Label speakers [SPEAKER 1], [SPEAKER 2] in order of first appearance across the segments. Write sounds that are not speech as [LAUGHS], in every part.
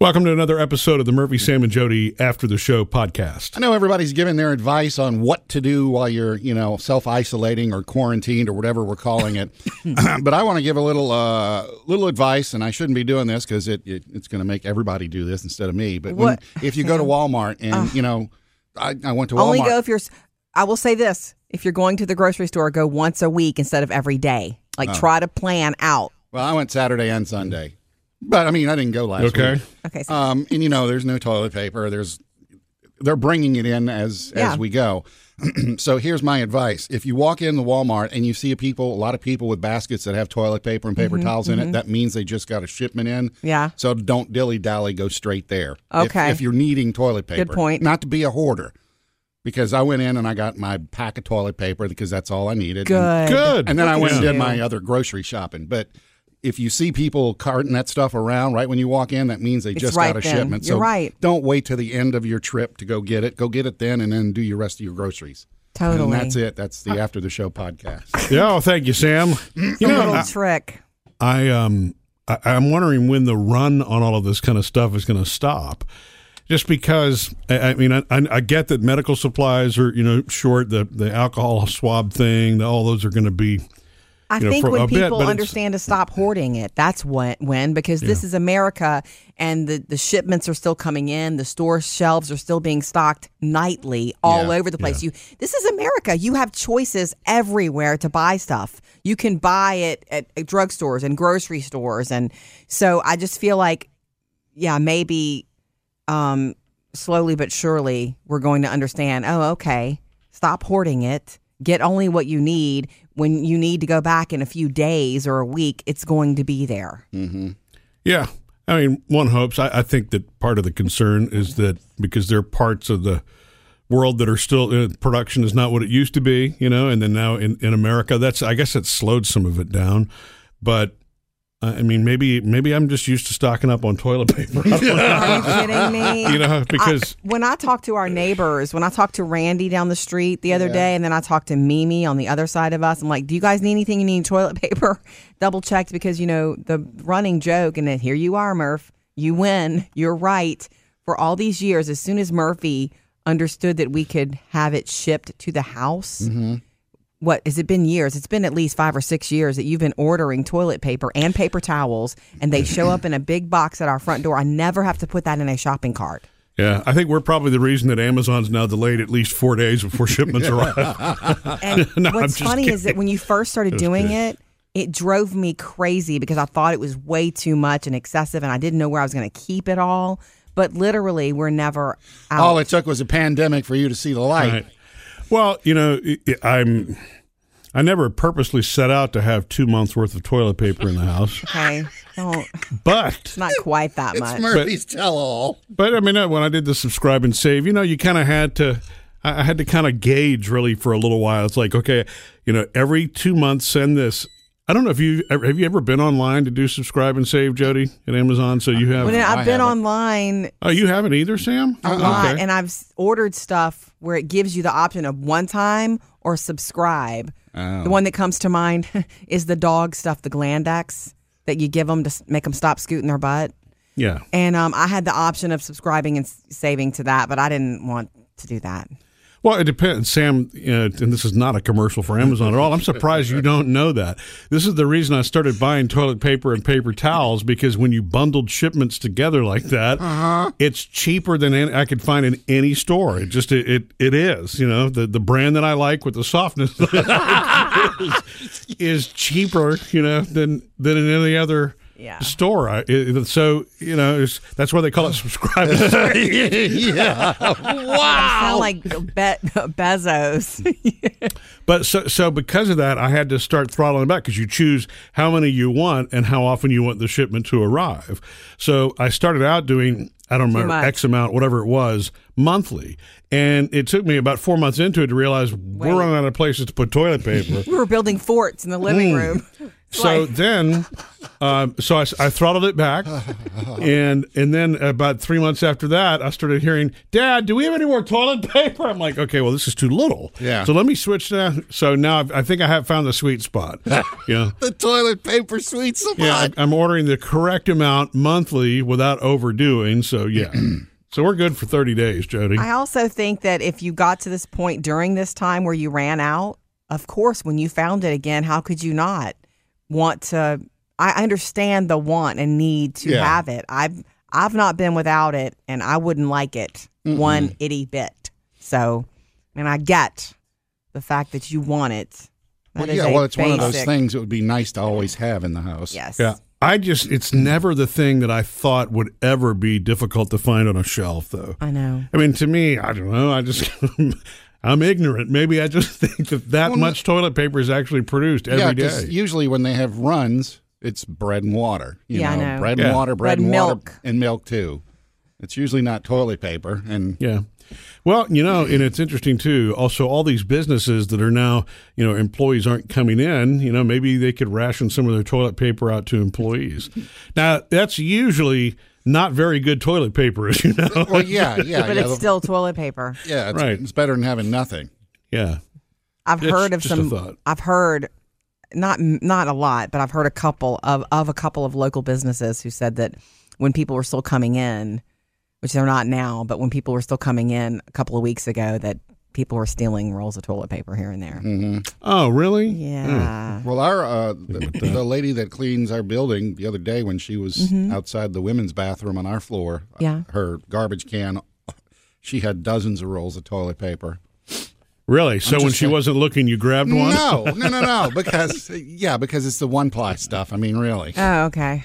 [SPEAKER 1] Welcome to another episode of the Murphy, Sam, and Jody After the Show
[SPEAKER 2] I
[SPEAKER 1] podcast.
[SPEAKER 2] know everybody's giving their advice on what to do while you're, you know, self isolating or quarantined or whatever we're calling
[SPEAKER 3] [LAUGHS]
[SPEAKER 2] it. [CLEARS THROAT] but I want to give a little, uh, little advice, and I shouldn't be doing this because it, it it's going to make everybody do this instead of me. But when,
[SPEAKER 3] What?
[SPEAKER 2] [LAUGHS] if you go to Walmart and you know, I, I went to Walmart.
[SPEAKER 3] Only go if you're. I will say this: if you're going to the grocery store, go once a week instead of every
[SPEAKER 2] Oh.
[SPEAKER 3] day. Like try to plan out.
[SPEAKER 2] well, I went Saturday and Sunday, but I mean, I didn't go last
[SPEAKER 1] Okay.
[SPEAKER 2] week.
[SPEAKER 3] Okay, so
[SPEAKER 2] Um, and you know, there's no toilet paper. There's they're bringing it in as
[SPEAKER 3] Yeah.
[SPEAKER 2] as we go. [CLEARS THROAT] so here's my advice: if you walk in the Walmart and you see a people, a lot of people with baskets that have toilet paper and paper towels in it, that means they just got a shipment in.
[SPEAKER 3] Mm-hmm, Yeah.
[SPEAKER 2] So don't dilly dally. Go straight there. If-
[SPEAKER 3] Okay.
[SPEAKER 2] If, you're needing toilet paper,
[SPEAKER 3] point.
[SPEAKER 2] Not to be a hoarder, because I went in and I got my pack of toilet paper because that's all I needed. And-
[SPEAKER 3] good.
[SPEAKER 1] Good.
[SPEAKER 2] and then I
[SPEAKER 1] Look
[SPEAKER 2] went
[SPEAKER 1] at
[SPEAKER 2] and
[SPEAKER 1] you.
[SPEAKER 2] did my other grocery shopping. But if you see people carting that stuff around right when you walk in, that means they just
[SPEAKER 3] right
[SPEAKER 2] got a
[SPEAKER 3] then.
[SPEAKER 2] shipment.
[SPEAKER 3] You're
[SPEAKER 2] so
[SPEAKER 3] right.
[SPEAKER 2] don't wait to the end of your trip to go get it. Go get it then and then do your rest of your groceries.
[SPEAKER 3] Totally.
[SPEAKER 2] And that's it. That's the after the show podcast.
[SPEAKER 1] Yeah, oh, thank you, Sam. You
[SPEAKER 3] A
[SPEAKER 1] know,
[SPEAKER 3] little
[SPEAKER 1] I,
[SPEAKER 3] trick.
[SPEAKER 1] I um, I, I'm wondering when the run on all of this kind of stuff is going to stop. Just because, I, I mean, I, I I get that medical supplies are you know short. The the alcohol swab thing, the, all those are going to be
[SPEAKER 3] I
[SPEAKER 1] you know,
[SPEAKER 3] think
[SPEAKER 1] for a
[SPEAKER 3] when
[SPEAKER 1] bit,
[SPEAKER 3] people
[SPEAKER 1] but it's-
[SPEAKER 3] understand to stop hoarding it, that's when, when because this is America and the, the shipments are still coming in, the store shelves are still being stocked nightly all
[SPEAKER 2] Yeah,
[SPEAKER 3] over the place. You this is America. You have choices everywhere to buy stuff. You can buy it at, at drugstores and grocery stores and so I just feel like yeah, maybe um slowly but surely we're going to understand oh okay stop hoarding it get only what you need when you need to go back in a few days or a week it's going to be
[SPEAKER 1] [LAUGHS]
[SPEAKER 3] there
[SPEAKER 1] Yeah. I mean, one hopes. I, I think that part of the concern is that because there are parts of the world that are still uh, production is not what it used to be, you know, and then now in, in America, that's I guess that's slowed some of it down. But uh, I I mean, maybe maybe I'm just used to stocking up on toilet [LAUGHS] paper,
[SPEAKER 3] are you kidding me
[SPEAKER 1] you know, because
[SPEAKER 3] I- when I talk to our neighbors, when I talked to Randy down the street the other day, and then I talked to Mimi on the other side of us, I'm like, "Do you guys need anything? You need toilet [LAUGHS] paper?" Double checked because you know the running joke, and then here you are, Murph. You win. You're right. For all these years, as soon as Murphy understood that we could have it shipped to the house. What has it been years? It's been at least five or six years that you've been ordering toilet paper and paper towels, and they show up in a big box at our front door. I never have to put that in a shopping cart.
[SPEAKER 1] yeah, I think we're probably the reason that Amazon's now delayed at least four days before shipments arrive.
[SPEAKER 3] And
[SPEAKER 1] [LAUGHS] No, I'm
[SPEAKER 3] what's
[SPEAKER 1] just
[SPEAKER 3] funny is that
[SPEAKER 1] kidding.
[SPEAKER 3] when you first started doing it, it drove me crazy because I thought it was way too much and excessive, and I didn't know where I was going to keep it all. But literally, we're never out.
[SPEAKER 2] all it took was a pandemic for you to see the light.
[SPEAKER 1] Right. Well, you know, i- i- I'm. I never purposely set out to have two months worth of toilet paper in the house,
[SPEAKER 3] okay, don't.
[SPEAKER 1] but
[SPEAKER 3] Not quite that much.
[SPEAKER 2] Murphy's tell all.
[SPEAKER 1] But I mean, uh, when I did the subscribe and save, you know, you kind of had to. I I had to kind of gauge really for a little while. It's like, okay, you know, every two months send this. I don't know if you have you ever been online to do subscribe and save, Jody, at Amazon. So you have.
[SPEAKER 3] When I've
[SPEAKER 2] I
[SPEAKER 3] been
[SPEAKER 2] haven't.
[SPEAKER 3] online
[SPEAKER 1] oh, you haven't either, Sam.
[SPEAKER 3] Uh,
[SPEAKER 1] Oh,
[SPEAKER 3] a lot, and I've s- ordered stuff where it gives you the option of one time or subscribe.
[SPEAKER 1] Oh.
[SPEAKER 3] The one that comes to mind [LAUGHS] is the dog stuff, the Glandex that you give them to s- make them stop scooting their butt.
[SPEAKER 1] yeah.
[SPEAKER 3] And um, I had the option of subscribing and s- saving to that, but I didn't want to do that.
[SPEAKER 1] Well, it depends, Sam. You know, and this is not a commercial for Amazon at all. I'm surprised you don't know that. This is the reason I started buying toilet paper and paper towels because when you bundled shipments together like that, it's cheaper than any, I could find in any store. It just it, it it is. You know, the the brand that I like with the softness [LAUGHS] that I like is, is cheaper. You know, than than in any other.
[SPEAKER 3] Yeah.
[SPEAKER 1] Store, I, it, so you know it's, that's why they call it subscribe. and save.
[SPEAKER 2] yeah.
[SPEAKER 3] I sound like Be- [LAUGHS] Bezos. [LAUGHS]
[SPEAKER 1] But so, so because of that, I had to start throttling back because you choose how many you want and how often you want the shipment to arrive. So I started out doing, I don't remember,
[SPEAKER 3] much.
[SPEAKER 1] X amount, whatever it was, monthly. And it took me about four months into it to realize we're running out of places to put toilet paper.
[SPEAKER 3] we were building forts in the living room. [LAUGHS]
[SPEAKER 1] So
[SPEAKER 3] Like- [LAUGHS]
[SPEAKER 1] then, um, so I, I throttled it back, and and then about three months after that, I started hearing, "Dad, do we have any more toilet paper?" I'm like, "Okay, well, this is too little."
[SPEAKER 2] Yeah.
[SPEAKER 1] So let me switch now. So now I've, I think I have found the sweet spot. yeah.
[SPEAKER 2] The toilet paper sweet spot.
[SPEAKER 1] Yeah, I- I'm ordering the correct amount monthly without overdoing. So yeah, so we're good for 30 days, Jody.
[SPEAKER 3] I also think that if you got to this point during this time where you ran out, of course, when you found it again, how could you not want to? I I understand the want and need to
[SPEAKER 2] Yeah.
[SPEAKER 3] have it. I've I've not been without it, and I wouldn't like it one itty bit. So, and I get the fact that you want it. That
[SPEAKER 2] Well,
[SPEAKER 3] is
[SPEAKER 2] yeah,
[SPEAKER 3] a
[SPEAKER 2] well, it's one of those
[SPEAKER 3] basic-
[SPEAKER 2] things that would be nice to always have in the house.
[SPEAKER 3] Yes.
[SPEAKER 1] Yeah. I just, it's never the thing that I thought would ever be difficult to find on a shelf, though.
[SPEAKER 3] I know.
[SPEAKER 1] I mean, to me, I don't know. I just, [LAUGHS] I'm ignorant. Maybe I just [LAUGHS] think that that
[SPEAKER 2] Well,
[SPEAKER 1] much toilet paper is actually produced
[SPEAKER 2] Yeah,
[SPEAKER 1] every day.
[SPEAKER 2] 'cause usually when they have runs, it's bread and water. You
[SPEAKER 3] Yeah, I
[SPEAKER 2] know,
[SPEAKER 3] know.
[SPEAKER 2] bread
[SPEAKER 1] Yeah.
[SPEAKER 2] and water, bread,
[SPEAKER 3] Bread,
[SPEAKER 2] and water,
[SPEAKER 3] milk.
[SPEAKER 2] and milk too. It's usually not toilet paper,
[SPEAKER 1] [LAUGHS]
[SPEAKER 2] and
[SPEAKER 1] Yeah. Well, you know, and it's interesting too. Also, all these businesses that are now, you know, employees aren't coming in, you know, maybe they could ration some of their toilet paper out to employees. Now, that's usually not very good toilet paper, [LAUGHS] as you know.
[SPEAKER 2] well, yeah, yeah,
[SPEAKER 3] But
[SPEAKER 2] yeah,
[SPEAKER 3] it's
[SPEAKER 2] the-
[SPEAKER 3] still toilet paper.
[SPEAKER 2] yeah, it's,
[SPEAKER 1] Right.
[SPEAKER 2] it's better than having nothing.
[SPEAKER 1] yeah.
[SPEAKER 3] I've
[SPEAKER 1] It's
[SPEAKER 3] heard of
[SPEAKER 1] just a
[SPEAKER 3] some.
[SPEAKER 1] thought.
[SPEAKER 3] I've heard not not a lot, but I've heard a couple of of a couple of local businesses who said that when people were still coming in, which they're not now, but when people were still coming in a couple of weeks ago, that people were stealing rolls of toilet paper here and there.
[SPEAKER 1] Oh, really?
[SPEAKER 3] Yeah.
[SPEAKER 2] Well, our uh, the, the lady that cleans our building the other day when she was outside the women's bathroom on our floor,
[SPEAKER 3] Mm-hmm.
[SPEAKER 2] uh,
[SPEAKER 3] Yeah.
[SPEAKER 2] her garbage can, she had dozens of rolls of toilet paper.
[SPEAKER 1] Really? So when
[SPEAKER 2] just
[SPEAKER 1] she
[SPEAKER 2] like-
[SPEAKER 1] wasn't looking, you grabbed one?
[SPEAKER 2] No, no, no, no, because yeah, because it's the one ply stuff. I mean, really.
[SPEAKER 3] Oh, okay.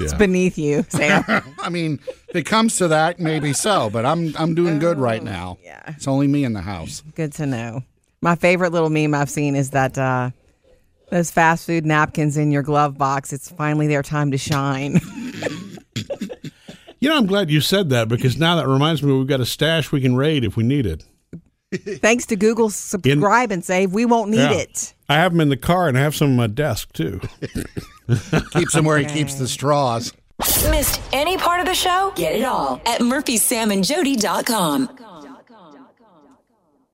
[SPEAKER 3] It's
[SPEAKER 1] Yeah.
[SPEAKER 3] beneath you, Sam. [LAUGHS]
[SPEAKER 2] I mean, if it comes to that, maybe so. But I'm I'm doing good right now.
[SPEAKER 3] yeah.
[SPEAKER 2] It's only me in the house.
[SPEAKER 3] Good to know. My favorite little meme I've seen is that uh, those fast food napkins in your glove box. It's finally their time to shine. [LAUGHS]
[SPEAKER 1] You know, I'm glad you said that because now that reminds me we've got a stash we can raid if we need it.
[SPEAKER 3] Thanks to Google subscribe and save, we won't need
[SPEAKER 1] Yeah.
[SPEAKER 3] it.
[SPEAKER 1] I have them in the car and I have some on my desk too.
[SPEAKER 2] Keeps him where he keeps the straws.
[SPEAKER 4] Missed any part of the show? Get it all at murphysamandjody.com.